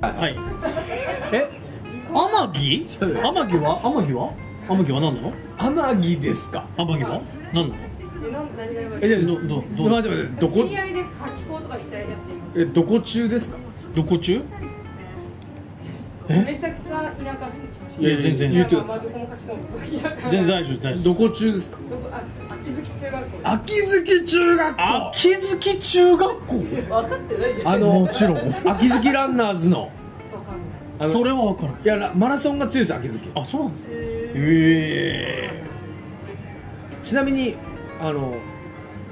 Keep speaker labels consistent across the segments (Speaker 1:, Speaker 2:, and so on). Speaker 1: はいえ天城天城は天城は天城は何なの
Speaker 2: 天城ですか
Speaker 1: 天城は何なの
Speaker 3: 何が言われ
Speaker 2: えじゃあ
Speaker 1: どどど
Speaker 2: 待って待ってど
Speaker 3: 知
Speaker 2: こ
Speaker 3: り合いで書き校とか行きたいやついま
Speaker 2: えどこ中ですか
Speaker 1: どこ中
Speaker 3: すめちゃくちゃ田舎
Speaker 1: いや全然
Speaker 2: 言ってく
Speaker 3: 田
Speaker 2: だ
Speaker 3: 舎
Speaker 2: さい
Speaker 3: まあどこもかしこも田舎
Speaker 1: 全然大丈夫です大
Speaker 2: ど
Speaker 1: 丈
Speaker 2: こ中ですか
Speaker 3: どこあ秋月中学校
Speaker 2: 秋月中学
Speaker 1: 夫
Speaker 2: 校
Speaker 1: 秋月中学校
Speaker 3: 分かってないです
Speaker 2: あの
Speaker 1: もちろん
Speaker 2: 秋月ランナーズの
Speaker 3: わかんない
Speaker 2: あの
Speaker 1: それは分からん
Speaker 2: いやラマラソンが強いです秋月
Speaker 1: あそうなんですね
Speaker 2: ええちなみにあの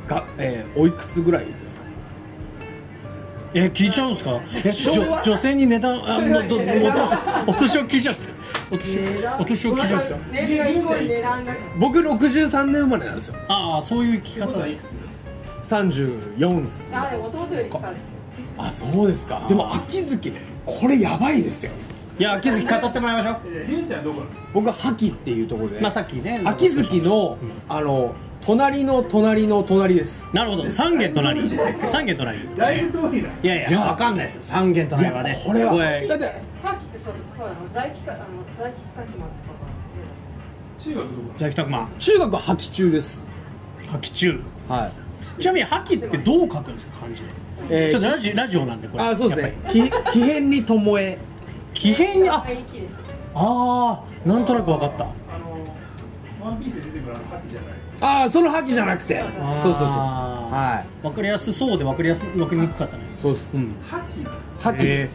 Speaker 2: が、えー、おいくつぐらいですか
Speaker 1: え聞いちゃうんですかえ
Speaker 2: 昭
Speaker 1: じ
Speaker 2: 和
Speaker 1: ょ女性に値段あのどお年お年を聞いちゃうんですかお年をお年を聞いちゃうんですか
Speaker 3: 年齢以降に値段が
Speaker 2: 僕63年生まれなんですよ
Speaker 1: ああそういう聞き方
Speaker 2: 34っす
Speaker 3: あでも弟より下です
Speaker 2: あそうですかでも秋月これやばいですよ
Speaker 1: いや秋月語ってもらいましょ
Speaker 4: りゅうちゃんどこ
Speaker 2: 僕は覇気っていうところで、
Speaker 1: うまあさっきね
Speaker 2: 秋月の、あの隣の隣の隣です
Speaker 1: なるほど三軒隣三軒隣い
Speaker 4: だいぶ遠いな。
Speaker 1: やいや
Speaker 2: いや
Speaker 1: わかんないですよ三軒隣はね
Speaker 2: これは
Speaker 1: れ
Speaker 2: だって
Speaker 3: さっきってそうそうあの在籍かあの在籍かきまとか
Speaker 4: 中学どこ
Speaker 1: じゃあ北熊
Speaker 2: 中学は覇気中です
Speaker 1: 覇気中
Speaker 2: はい
Speaker 1: ちなみに覇気ってどう書くんですか漢字で
Speaker 2: え
Speaker 1: ちょっと
Speaker 2: ー、
Speaker 1: ラジラジオなんでこれ
Speaker 2: あそうですねき気変にともえ
Speaker 1: 奇変にあ
Speaker 3: あいい気です
Speaker 1: あーなんとなくわかった
Speaker 4: あの、ワンピースで出てくるあのパティじゃない。
Speaker 2: ああその覇気じゃなくてそうそうそう
Speaker 1: は
Speaker 2: はい
Speaker 1: わかりやすそうでわかりやすわかりにくかったね
Speaker 2: そうです、うん、
Speaker 4: ハキ
Speaker 2: 覇気です、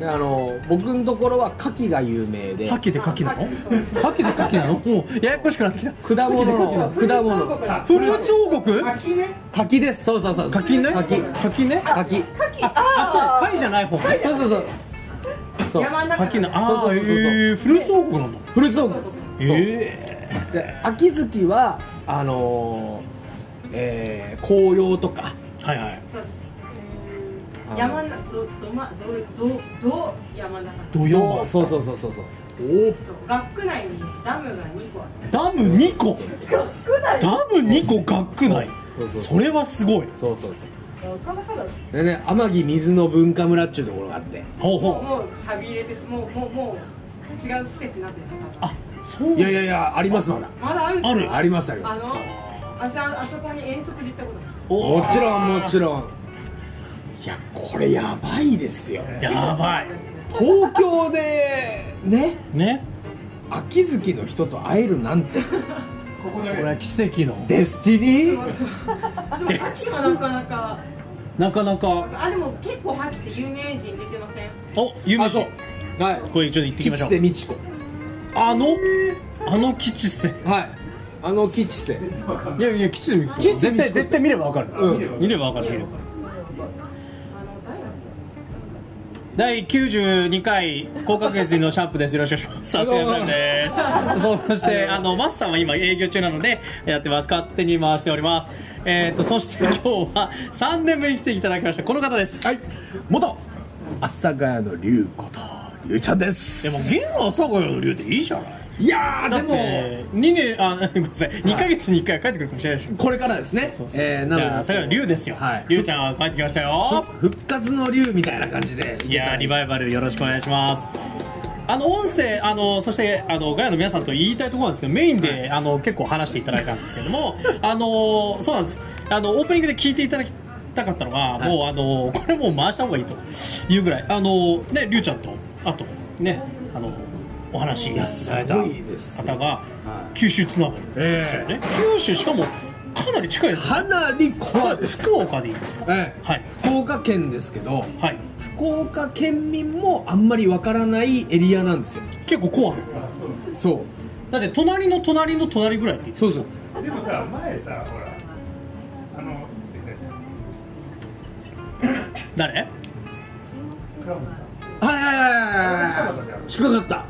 Speaker 2: であの僕のところは牡蠣が有名で
Speaker 1: 覇気で牡蠣なの
Speaker 3: あ
Speaker 1: 覇気で牡蠣なのもうややこしくなってきた
Speaker 2: 果物
Speaker 1: 牡蠣で
Speaker 2: の
Speaker 1: 牡蠣
Speaker 2: 果
Speaker 3: そう
Speaker 2: 物
Speaker 3: か
Speaker 1: なのフルーツ王国
Speaker 3: 秋ね
Speaker 2: 柿ですそうそうそう
Speaker 1: 柿ね
Speaker 2: 柿
Speaker 1: 柿ねあ
Speaker 2: 柿
Speaker 1: あ貝じゃない方ね
Speaker 2: そうそうそうそう
Speaker 3: 山の中
Speaker 1: 柿のあ
Speaker 2: そ
Speaker 1: あ
Speaker 2: うそうそうそう
Speaker 1: えーフルーツ王国なんだ
Speaker 2: フルーツ王国です
Speaker 1: ええ
Speaker 2: で秋月はあのーえー紅葉とか
Speaker 1: はいはい
Speaker 3: そうです
Speaker 2: あの
Speaker 3: 山などどまどどど山中
Speaker 1: 土曜
Speaker 2: そうそうそうそうそうそう
Speaker 1: お
Speaker 3: そう学区内にダムが2個あって
Speaker 1: ダム2個ダム2個学区内
Speaker 2: そうそう
Speaker 1: それはすごい
Speaker 2: そうそうそうでね天城水の文化村っちゅうところがあって
Speaker 1: ほう
Speaker 3: もう
Speaker 1: ほう
Speaker 3: もうさびれてもうもうもう違う施設になってるんですよ多分
Speaker 1: あそう
Speaker 2: いやいやいやありますまだ
Speaker 3: まだあるんで
Speaker 1: あ
Speaker 3: すよ
Speaker 1: る
Speaker 2: ありますあり
Speaker 3: あ
Speaker 2: ます
Speaker 3: のあそあそこに遠足で行ったことない
Speaker 1: お
Speaker 2: もちろんもち
Speaker 1: ん
Speaker 2: ろんいやこれやばいですよ
Speaker 1: やばい
Speaker 2: 東京でね
Speaker 1: ね
Speaker 2: 秋月の人と会えるなんて
Speaker 4: ここだ
Speaker 1: これ
Speaker 4: け
Speaker 1: は奇跡の
Speaker 2: デスティニー
Speaker 3: あでもさっきもなかなか
Speaker 1: なかなか
Speaker 3: あでも結構覇気って有名人出てません
Speaker 1: お有名
Speaker 2: あそ
Speaker 1: 人
Speaker 2: うはい
Speaker 1: これちょっと行ってきましょう
Speaker 2: 吉瀬美智子
Speaker 1: あのあの吉瀬
Speaker 2: はいあの吉瀬
Speaker 4: 全然わかん
Speaker 1: い
Speaker 4: ない。
Speaker 1: やいや吉瀬美智子
Speaker 2: 吉瀬
Speaker 1: 絶
Speaker 2: 美智子
Speaker 1: 対絶対見ればわかる
Speaker 2: うん
Speaker 1: 見ればわかる見れば
Speaker 3: あの誰だっ
Speaker 1: 第92回高確率のシャープですよろしくお願いしますさすがさんです そしてあのマスさんは今営業中なのでやってます勝手に回しておりますえー、とそして今日は3年ぶりに来ていただきましたこの方です、
Speaker 2: はい元阿佐ヶ谷の龍子と龍ちゃんです
Speaker 1: でも現は佐賀の龍でいいじゃない
Speaker 2: いや
Speaker 1: だ
Speaker 2: ー
Speaker 1: っ
Speaker 2: で
Speaker 1: て2年あ ごめんなさい2ヶ月に1回は帰ってくるかもしれないでしょ
Speaker 2: もこれからですね
Speaker 1: そうそうそう
Speaker 2: えー
Speaker 1: じ
Speaker 2: な
Speaker 1: ゃ
Speaker 2: の
Speaker 1: あ
Speaker 2: で
Speaker 1: それは龍ですよ
Speaker 2: はい
Speaker 1: 龍ちゃんは帰ってきましたよ
Speaker 2: 復活の龍みたいな感じで
Speaker 1: いやーリバイバルよろしくお願いしますあの音声あのそしてあのガヤの皆さんと言いたいところなんですけどメインで、あの結構話していただいたんですけど もあのそうなんですあのオープニングで聞いていただきたかったのが、もうあのこれもう回した方がいいというぐらいあのねりゅうちゃんとあとねあのお話いただいた
Speaker 2: いやすごいです
Speaker 1: 方が
Speaker 2: は
Speaker 1: 九州つながりですよね、九州しかもかなり近いです
Speaker 2: かなり怖いです
Speaker 1: 福岡でいいですか
Speaker 2: ええ
Speaker 1: はい
Speaker 2: 福岡県ですけど
Speaker 1: はい
Speaker 2: 福岡県民もあんまりわからないエリアなんですよ
Speaker 1: 結構コアな
Speaker 2: そう
Speaker 1: だって隣の隣の隣ぐらいって言って
Speaker 2: そうそう
Speaker 4: でもさ、前さ、ほら、あの、
Speaker 1: 誰
Speaker 4: 倉本さん。
Speaker 2: はいはいはいはい
Speaker 4: 近か
Speaker 2: は
Speaker 4: ったじゃん
Speaker 2: い近かった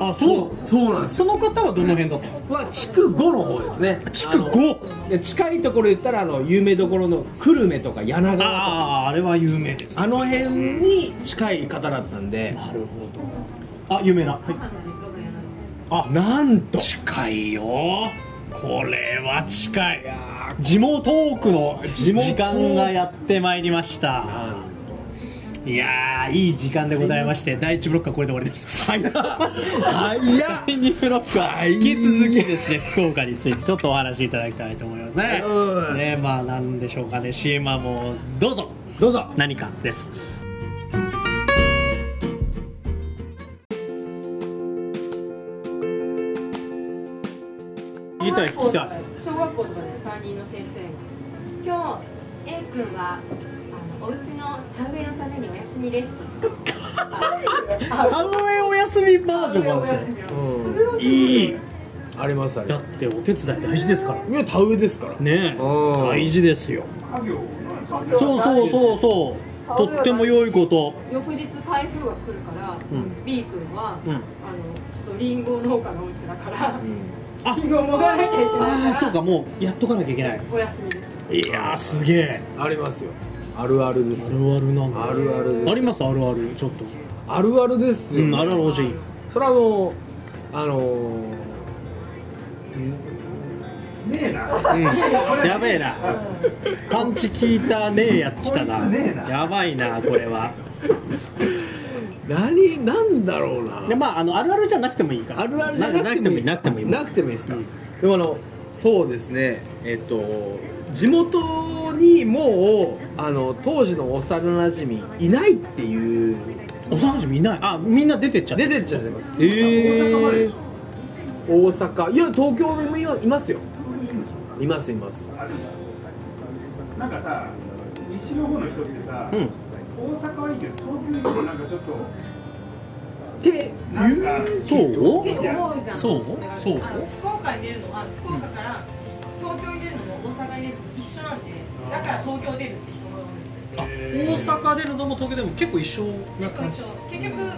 Speaker 1: あ
Speaker 2: そうなんです
Speaker 1: その方はどの辺だったんですか
Speaker 2: は地区5の方ですね
Speaker 1: 築5
Speaker 2: あので近いところ言ったらあの有名どころの久留米とか柳川と
Speaker 1: あ
Speaker 2: か
Speaker 1: ああれは有名です
Speaker 2: あの辺に近い方だったんで
Speaker 1: なるほどあ有名な、はい、
Speaker 3: たの実家がやら
Speaker 1: あ
Speaker 2: なんと
Speaker 1: 近いよこれは近い地元トークの
Speaker 2: 地元
Speaker 1: 時間がやってまいりました
Speaker 2: なんと
Speaker 1: いいやーいい時間でございまして第1ブロックはこれで終わりですはい
Speaker 2: はいや
Speaker 1: 第2ブロックは引き続きですね福岡についてちょっとお話しいただきたいと思いますね
Speaker 2: うん
Speaker 1: ねまあなんでしょうかね CM はもうどうぞ
Speaker 2: どうぞ
Speaker 1: 何かです聞きたい聞きたい
Speaker 3: 小学校とかで担任の先生に今日 A 君はあのお家の田植えのためにお休みですと
Speaker 1: 田植えお休みバージョンなん
Speaker 3: お
Speaker 1: です
Speaker 3: 休
Speaker 1: ね
Speaker 3: み
Speaker 2: うん
Speaker 1: いい
Speaker 2: ありますあり
Speaker 1: だ
Speaker 2: ま
Speaker 1: っ
Speaker 2: す
Speaker 1: てお手伝い大事ですから
Speaker 2: いや田植えですから
Speaker 1: ねえ
Speaker 2: うん
Speaker 1: 大事ですよ
Speaker 4: 家業なんですよね
Speaker 1: そうそうそうそうとっても良いこと
Speaker 3: 翌日台風が来るから、
Speaker 1: ん
Speaker 3: B 君は、
Speaker 1: うん
Speaker 3: あのちょっとリンゴ農家のお家だから、
Speaker 1: あ
Speaker 3: リンゴもらわなきゃいけない
Speaker 1: あ
Speaker 3: か
Speaker 1: あ
Speaker 3: ら
Speaker 1: そうかもうやっとかなきゃいけない
Speaker 3: お休みです
Speaker 1: いやーすげえ
Speaker 2: ありますよあるあるで
Speaker 1: あ
Speaker 2: すよ
Speaker 1: るあるなんだ
Speaker 2: あるあるです
Speaker 1: ありますあるあるちょっと
Speaker 2: あるあるですよ、
Speaker 1: うんあるある欲しい
Speaker 2: それはあのあの
Speaker 4: ねえな
Speaker 1: やべえなパンチ効いたねえやつ来たな
Speaker 4: こいつねえな
Speaker 1: やばいなこれは
Speaker 2: 何なんだろうな
Speaker 1: でまああのあるあるじゃなくてもいいから
Speaker 2: あるあるじゃなくてもいい
Speaker 1: なくてもいい
Speaker 2: な
Speaker 1: なくてもいい
Speaker 2: くてもいいですか、
Speaker 1: うん
Speaker 2: でもあのそうですねえっと地元にもうあの当時の幼馴染いないっていう
Speaker 1: 幼馴染いないあみんな出てっちゃった
Speaker 2: 出てっちゃいます
Speaker 1: えー、
Speaker 2: 大阪いや東京にもいいますよいますいます
Speaker 4: なんかさ西の方の人ってさ、
Speaker 1: うん
Speaker 4: 大阪はいいけど東京行くとなんかちょっと
Speaker 2: で
Speaker 4: なんか
Speaker 1: そう
Speaker 3: 結構多いじゃん
Speaker 1: そう
Speaker 3: だから
Speaker 1: そう
Speaker 3: あの福岡に出るのは福岡から東京に出るのも大阪に出るのも一緒なんでだから東京出るって人が多いんです
Speaker 1: あ大阪でのども東京でも結構一緒な感じです
Speaker 3: 結構一緒結局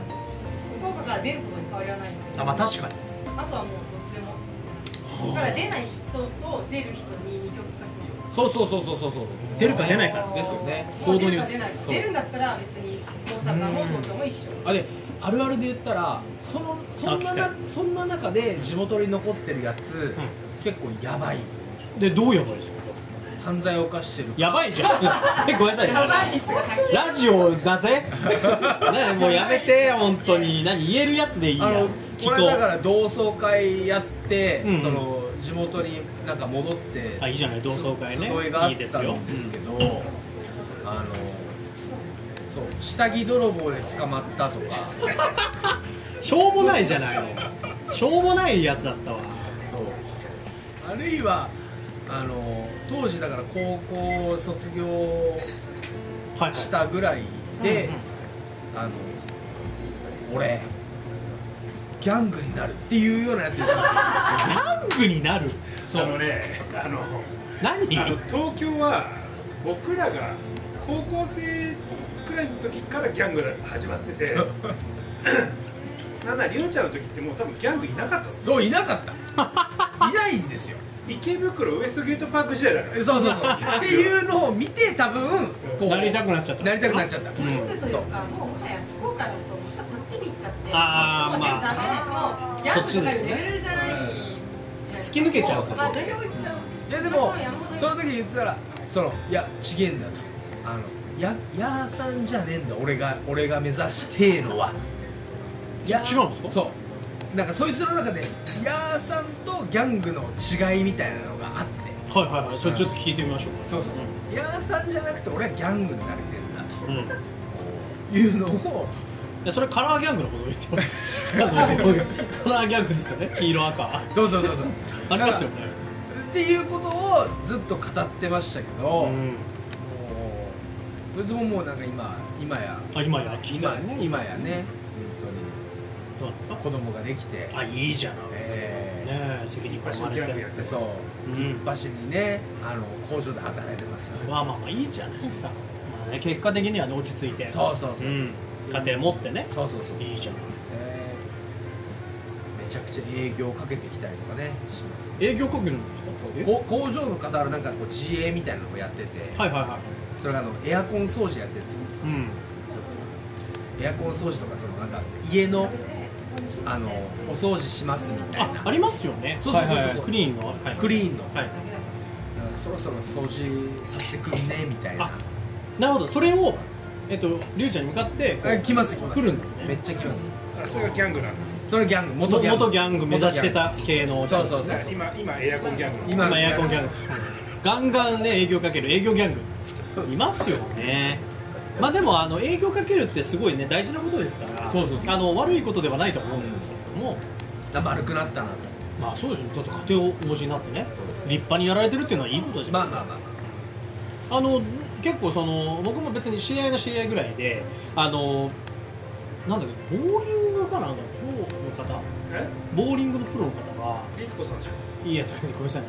Speaker 3: 福岡から出ることに変わりはないので
Speaker 1: あまあ確かに
Speaker 3: あとはもうどっちでもだから出ない人と出る人に二極化します
Speaker 2: そうそうそうそうそうそう
Speaker 1: 出るか出ないか
Speaker 2: ですよね
Speaker 3: もう
Speaker 2: 行動に移す
Speaker 3: 出るか出ないか
Speaker 2: そう
Speaker 3: 出るんだったら別に大阪も東京も一緒
Speaker 2: あれあるあるで言ったらそのそんな
Speaker 1: あ
Speaker 2: な
Speaker 1: 来
Speaker 2: そんな中で地元に残ってるやつ、結構やばい
Speaker 1: でどうやばいですか
Speaker 2: 犯罪を犯してる
Speaker 1: やばいじゃん えごめんなさい
Speaker 3: やばい率が高い
Speaker 1: ラジオだ ぜねもうやめて本当に何言えるやつでいいや
Speaker 2: あの
Speaker 1: 聞こ
Speaker 2: これだか
Speaker 1: う
Speaker 2: ら同窓会やって、
Speaker 1: うん
Speaker 2: その地元になんか戻って
Speaker 1: あいいじゃない同窓会ね
Speaker 2: 集いがあ
Speaker 1: いい
Speaker 2: っ
Speaker 1: です
Speaker 2: た
Speaker 1: よ
Speaker 2: んですけどあのそう下着泥棒で捕まったとか
Speaker 1: しょうもないじゃないのしょうもないやつだったわ
Speaker 2: そうあるいはあの当時だから高校卒業
Speaker 1: はい
Speaker 2: したぐらいで、あの俺ギャングになるっていうようなやついたんですよ
Speaker 1: ヤングになる
Speaker 4: あのねあの
Speaker 1: 何
Speaker 4: あの東京は僕らが高校生くらいの時からギャングが始まっててなんだりゅうちゃんの時ってもう多分ギャングいなかったぞ
Speaker 2: そういなかったいないんですよ
Speaker 4: 池袋ウエストゲートパーク時代だか
Speaker 2: そう
Speaker 4: ら
Speaker 2: そうそうっていうのを見て多分こう
Speaker 1: なりたくなっちゃった
Speaker 2: なりたくなっちゃった
Speaker 3: ピンクというか、もうもはや福岡だと、むしろこっちに行っちゃって、
Speaker 1: あー
Speaker 3: もう
Speaker 1: ま
Speaker 3: ダメでも、ヤングとかレベルじゃない、
Speaker 1: 突き抜けちゃう
Speaker 3: まあ、大学行っちゃう、
Speaker 2: いやでもその時言ってたらそのいやちげえんだとあのややーさんじゃねえんだ俺が俺が目指してえのはや
Speaker 1: 違うんですか
Speaker 2: そうなんかそいつの中でやーさんとギャングの違いみたいなのがあって
Speaker 1: はいはいはいそれちょっと聞いてみましょうか
Speaker 2: そうそうそうヤーさんじゃなくて俺はギャングになれてんだ
Speaker 1: うんい
Speaker 2: というのを
Speaker 1: やそれカラーギャングのことを言ってます あのカラーギャングですよね黄色赤
Speaker 2: そうそう そうそう
Speaker 1: ありますよね
Speaker 2: っていうことをずっと語ってましたけど、もうそいつももうなんか今今や
Speaker 1: あ今や聞いた
Speaker 2: 今
Speaker 1: ら
Speaker 2: ね今やね
Speaker 1: どうなんですか
Speaker 2: 本当に子供ができて
Speaker 1: あいいじゃないですか、ねえ責任感
Speaker 4: 昔
Speaker 1: 生ま
Speaker 4: の
Speaker 1: れ
Speaker 4: ギ
Speaker 1: て
Speaker 4: ャングやって
Speaker 2: そう
Speaker 4: そう
Speaker 1: うん
Speaker 2: 場所にねあの工場で働いてますよ
Speaker 1: まあまあまあいいじゃないですか、まあね、結果的にはね落ち着いて
Speaker 2: そうそうそう、
Speaker 1: ん、家庭持ってね
Speaker 2: そうそうそう、
Speaker 1: いいじゃん
Speaker 2: えーめちゃくちゃ営業かけてきたりとかねします
Speaker 1: 営業かけるん
Speaker 2: け
Speaker 1: です
Speaker 2: ど
Speaker 1: か
Speaker 2: こ工場の方はなんかこう自営みたいなのをやってて
Speaker 1: はいはいはい
Speaker 2: それがあのエアコン掃除やってるんですよ
Speaker 1: うん
Speaker 2: エアコン掃除とかそのなんか家のあのお掃除しますみたい
Speaker 1: あ
Speaker 2: な
Speaker 1: ありますよね
Speaker 2: そうそうそうそう
Speaker 1: はいはいはいクリーンの、はい
Speaker 2: クリーンの、
Speaker 1: はい
Speaker 2: そろそろ掃除させてくんねみたいな
Speaker 1: あなるほどそれをえっとリュウちゃんに向かってこう
Speaker 2: あ来ます来ます
Speaker 1: 来るんですね
Speaker 2: めっちゃ来ます
Speaker 4: あそれがギャングなんだ
Speaker 2: それギャング元
Speaker 1: 元
Speaker 2: ギャング
Speaker 1: ギャング目指してた系の
Speaker 2: そうそう
Speaker 4: だから今今エアコンギャングなんだ
Speaker 1: 今
Speaker 2: 今
Speaker 1: エアコンギャングガンガンね営業かける営業ギャン
Speaker 2: そう
Speaker 1: グいますよねまあでもあの営業かけるってすごいね大事なことですから
Speaker 2: そうそうそう
Speaker 1: あの悪いことではないと思うんですけども、
Speaker 2: 丸くなったなと
Speaker 1: まあそうですよねだって家庭をお持ちになってね
Speaker 2: そうです
Speaker 1: 立派にやられてるっていうのはいいことじゃ
Speaker 2: ま
Speaker 1: な
Speaker 2: あ
Speaker 1: いです
Speaker 2: ま
Speaker 1: か
Speaker 2: あ、まあ
Speaker 1: あの結構その僕も別に知り合いの知り合いぐらいであのなんだっけボーリングかなんかプロの方
Speaker 4: え
Speaker 1: ボーリングのプロの方が
Speaker 4: 律子さんじゃん
Speaker 1: いやごめんなさいね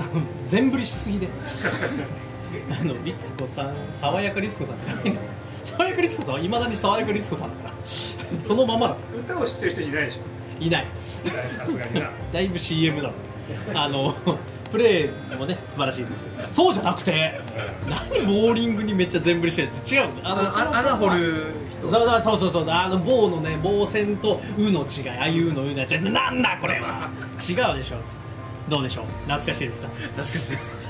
Speaker 1: あの全振りしすぎで あのリツコさん爽やかリツコさんじゃないの爽やかリツコさんはいまだに爽やかリツコさんだからそのままだ
Speaker 4: 歌を知ってる人いないでしょ
Speaker 1: いない
Speaker 4: さすがにな
Speaker 1: だいぶ CM だろあのプレーもね素晴らしいですそうじゃなくて何ボーリングにめっちゃ全振りしてるやつ違うあ
Speaker 2: あ
Speaker 1: その
Speaker 2: あ穴掘る
Speaker 1: そ
Speaker 2: 人
Speaker 1: うそうそうそうそうあの棒のね棒線と「う」の違いあいうの「う」のやつなんだこれは違うでしょつってどうでしょう懐かしいですか懐かしいです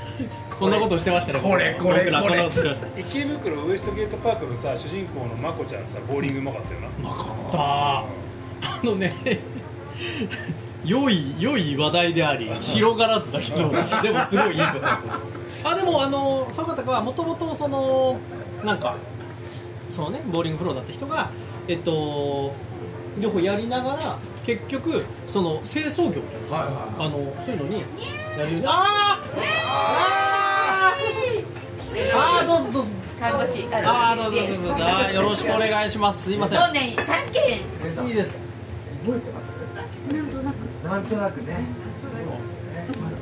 Speaker 1: こんなことしてましたね
Speaker 2: これ
Speaker 1: 僕ら
Speaker 2: これこれ
Speaker 1: 僕らこ んなことしてましたね
Speaker 4: 池袋ウエストゲートパークのさ主人公のまこちゃんさボーリングうまかったよな
Speaker 1: うまかったあのね良い良い話題であり広がらずだけどでもすごいいいことだと思いますあでもあのその方はもともとそのなんかそのねボーリングプロだった人がえっと両方やりながら結局その清掃業
Speaker 2: はいはい
Speaker 1: あのそういうのにやるようにあーあーあーどうぞどうぞ
Speaker 5: 看護師
Speaker 1: あーどうぞどうぞどうぞあーよろしくお願いしますすいません
Speaker 5: そうね三件
Speaker 1: いいですか
Speaker 2: 覚えてますなんとなくなんとなくね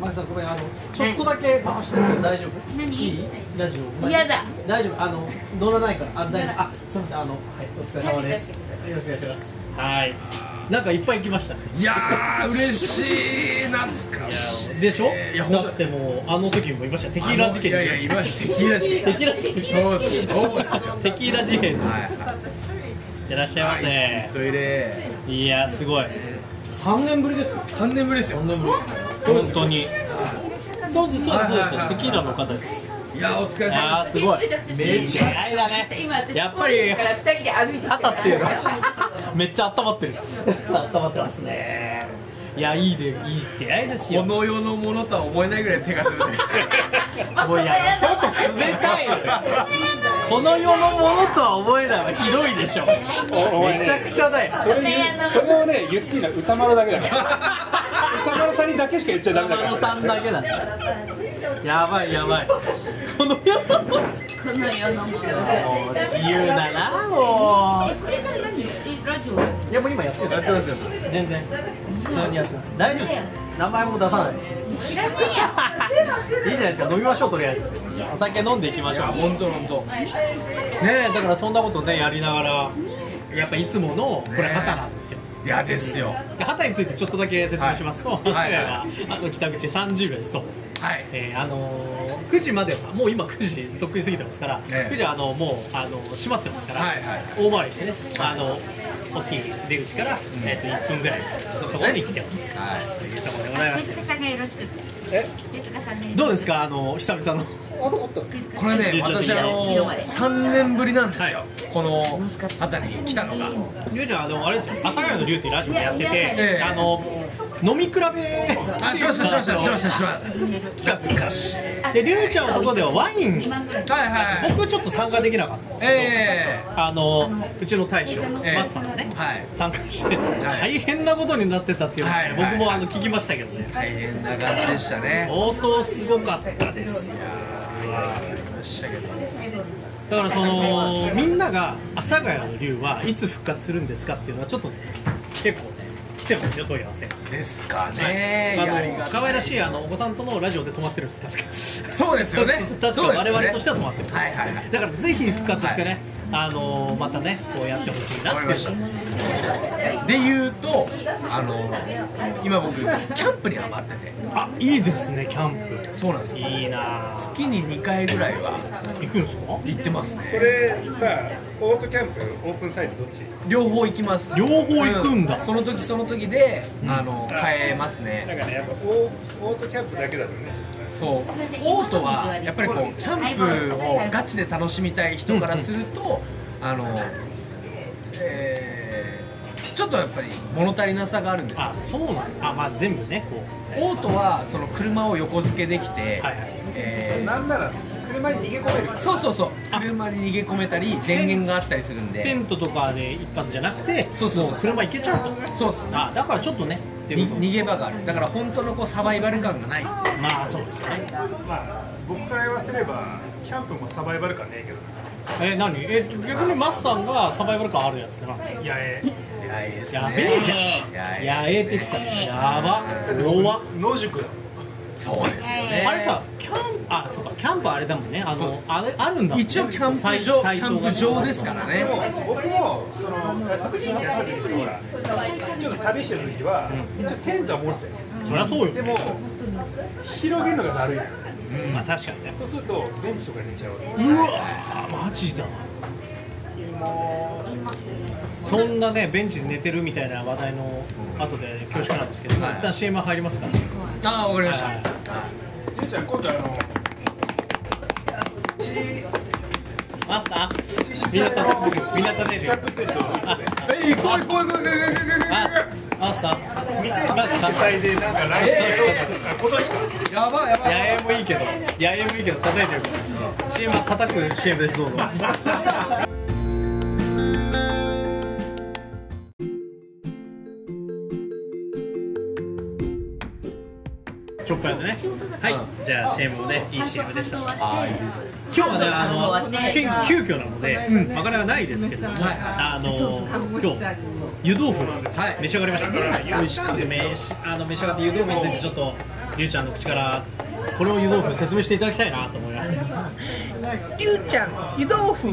Speaker 1: マキさんごめんあのちょっとだけ回してもらって大丈夫
Speaker 5: 何
Speaker 1: いい大丈夫
Speaker 5: 嫌だ
Speaker 1: 大丈夫あの乗らないからあ大
Speaker 5: 乗
Speaker 1: 丈
Speaker 5: ら
Speaker 1: 夫あすみませんあのはいお疲れ様ですよ
Speaker 5: 食
Speaker 1: ろしくお願いしますはいなんかいっぱい来ましたね
Speaker 2: いやー嬉しい懐かしい
Speaker 1: でしょ
Speaker 2: いやほんと
Speaker 1: だってもうあの時もいましたよテキーラ事件
Speaker 2: いやいやいましたテキーラ事件
Speaker 1: テキーラ事件
Speaker 2: そうですそうですよ
Speaker 1: テキーラ事件
Speaker 2: はい
Speaker 1: いらっしゃいませ、
Speaker 2: はいトイレ
Speaker 1: い、やすごい三年ぶりですよ
Speaker 2: 三年ぶりですよ
Speaker 1: 三年ぶり本当にそうですそうですそうですテキーラの方です
Speaker 2: いやーお疲れ様
Speaker 1: あ
Speaker 2: で
Speaker 1: ーすごい
Speaker 2: めちゃ
Speaker 1: いい出会いだね
Speaker 5: 今私
Speaker 1: やっぱり
Speaker 5: 公園から二人で歩いてきた
Speaker 1: 肩 っていうのはめっちゃ温まってる温まってますねいやいいでいい出会いです
Speaker 2: すこ
Speaker 1: よ
Speaker 2: の世のものとは思えないぐらい手が冷 たい
Speaker 1: もうや外冷たいよこの世のものとは思えないはひどいでしょめちゃくちゃだよ
Speaker 4: それ言うそれをね言っていいのは歌丸だけだから 歌丸さんにだけしか言っちゃダメだ
Speaker 1: 山
Speaker 4: か
Speaker 1: 野
Speaker 4: ら
Speaker 1: さんだけだねやばいやばいこの世のもの
Speaker 5: この世のものじゃ
Speaker 1: もう自由だなも
Speaker 5: これから何えラジオ
Speaker 1: ういやもう今やってる
Speaker 2: やってますよ
Speaker 1: 全然普通にやってます大丈夫ですよ名前も出さないし
Speaker 5: 知らねえや
Speaker 1: いいじゃないですか飲みましょうとりあえずお酒飲んでいきましょうね
Speaker 2: 本当本当
Speaker 1: えだからそんなことねやりながらやっぱいつものこれ旗なんですよ
Speaker 2: いやですよ
Speaker 1: で旗についてちょっとだけ説明しますと、
Speaker 2: はい
Speaker 1: 松屋が
Speaker 2: は
Speaker 1: あの北口30秒ですと、
Speaker 2: はい
Speaker 1: えーあのー9時まではもう今9時とっくに過ぎてますから、
Speaker 2: ええ
Speaker 1: 9時はあのもう、あの閉まってますから、
Speaker 2: はいはい
Speaker 1: 大回りしてねあの大きい出口から、えー、と1分ぐらいのところに来ておりますというところでございまして
Speaker 5: 手塚さんがよろしく
Speaker 4: え
Speaker 5: 手塚さんがよろしく
Speaker 1: どうですかあの久々の
Speaker 5: 手塚さん
Speaker 2: これね
Speaker 1: ちょっと
Speaker 2: 私あ
Speaker 5: いい
Speaker 2: の
Speaker 5: の
Speaker 2: 三年ぶりなんですよ、
Speaker 1: はい
Speaker 2: この辺りに来たのが
Speaker 1: りゅうちゃんはでもあれですよ「阿佐ヶ谷のりゅう」っていうラジオやってて、
Speaker 2: ええ
Speaker 1: あの飲み比べ
Speaker 2: あしましたしましたしましたしました懐かしい
Speaker 1: でりゅうちゃんのところではワイン
Speaker 2: はいはい
Speaker 1: 僕ちょっと参加できなかったんですけど、
Speaker 2: え
Speaker 1: あのうちの大将、
Speaker 2: ええ
Speaker 1: マスさんがね
Speaker 2: えはい
Speaker 1: 参加して大変なことになってたっていうのをね、
Speaker 2: はいはい
Speaker 1: 僕もあの聞きましたけどね
Speaker 2: 大変な感じでしたね
Speaker 1: 相当すごかったですよだからそのみんなが「阿佐ヶ谷の龍はいつ復活するんですか?」っていうのはちょっとね結構ね来てますよ問い合わせが
Speaker 2: ですか
Speaker 1: はい
Speaker 2: ね、あ
Speaker 1: あ
Speaker 2: りが
Speaker 1: の
Speaker 2: た
Speaker 1: 可愛らしいあのお子さんとのラジオで止まってるんです確か
Speaker 2: そうですよね
Speaker 1: そうそう確か我々として
Speaker 2: は
Speaker 1: は止まってる、
Speaker 2: はいはいはい
Speaker 1: だからぜひ復活してね、あのまたねこうやってほしいな
Speaker 2: わ
Speaker 1: っ
Speaker 2: かり
Speaker 1: て
Speaker 2: ま
Speaker 1: いう
Speaker 2: し
Speaker 1: の
Speaker 2: た
Speaker 1: は
Speaker 2: で言うとあの今僕キャンプにハマってて
Speaker 1: あいいですねキャン
Speaker 2: そうなんです
Speaker 1: プいいなぁ
Speaker 2: 月に2回ぐらいは
Speaker 1: 行くんですか
Speaker 2: 行ってますね
Speaker 4: それさオートキャンプオープンサイトどっち
Speaker 2: 両方行きます
Speaker 1: 両方行くんだ
Speaker 2: うその時その時で、
Speaker 1: うん
Speaker 2: あの変えます
Speaker 4: なん
Speaker 2: ね
Speaker 4: かねやっぱオーオートキャンプだけだとね
Speaker 2: そうオートはやっぱりこうキャンプをガチで楽しみたい人からすると、あの、えーちょっとやっぱり物足りなさがあるんですよ
Speaker 1: あそうなんだあまあ全部ねこう
Speaker 2: オートはその車を横付けできて、
Speaker 1: はいはい
Speaker 2: えー
Speaker 4: なんなら車に逃げ込めるから
Speaker 2: そうそうそう車に逃げ込めたり電源があったりするん
Speaker 1: テ
Speaker 2: で
Speaker 1: ントとかで一発じゃなくて
Speaker 2: そうそうそう
Speaker 1: も車行けちゃうと
Speaker 2: そうっす
Speaker 1: あだからちょっとねってい
Speaker 2: に
Speaker 1: うこと
Speaker 2: 逃げ場があるだから本当のこうサバイバル感がない
Speaker 1: まあそうですよね
Speaker 4: まあ僕から言わせればキャンプもサバイバル感ねえけどな
Speaker 1: え何え逆にマスさんがサバイバル感あるやつってな
Speaker 4: 野営
Speaker 2: やえです
Speaker 1: やべえじゃん
Speaker 2: ん
Speaker 1: やえって言ってたやば弱っ
Speaker 4: 野宿だもん
Speaker 2: そうですよね
Speaker 1: あれさキャンプあそうかキャンプあれだもんねあ
Speaker 2: そう
Speaker 1: の
Speaker 2: です
Speaker 1: あれあるんだもんね
Speaker 2: 一応キャン
Speaker 1: サイ
Speaker 2: プ
Speaker 1: ト
Speaker 2: 場キ
Speaker 1: サイト
Speaker 2: ャ
Speaker 1: が
Speaker 2: ンプ場ですからね
Speaker 4: でも僕もその外国人にやった時にほらちょっと旅してる時は一応テントは持ってたよ
Speaker 1: そりゃそうよ
Speaker 4: でも広げるのがだるいのよ
Speaker 1: まあ確かにね
Speaker 4: そうするとベンチとかに寝ちゃうわけです
Speaker 1: うわーマジだそんなねベンチで寝てるみたいな話題の後で恐縮なんですけど、
Speaker 2: はい
Speaker 1: 一旦 CM 入りますから、
Speaker 2: ああわかりました、
Speaker 1: はい
Speaker 4: ゆうちゃん今度あの
Speaker 1: マスターみんな立ててるみんな立ててる
Speaker 2: えいこいこいこいこいこいこい
Speaker 1: あマスター
Speaker 4: 店店
Speaker 1: マス
Speaker 4: 主
Speaker 1: ター
Speaker 4: 催でなんかライブとか今年か
Speaker 2: やばいやばい
Speaker 1: 野営もいいけど野営もいいけど叩いてるから CM は叩く CM ですどうぞチョッパーでねはい、じゃあ CM もねいい CM でした今日はねあの急急遽なので、わからがないですけども、
Speaker 2: はい
Speaker 1: あの今日湯豆腐
Speaker 2: はい
Speaker 1: 召し上がりました、
Speaker 4: はい
Speaker 1: 美味しくて召しあの召し上がって湯豆腐についてちょっとりゅうちゃんの口からこれを湯豆腐説明していただきたいなと思いました
Speaker 2: りゅうちゃん湯豆腐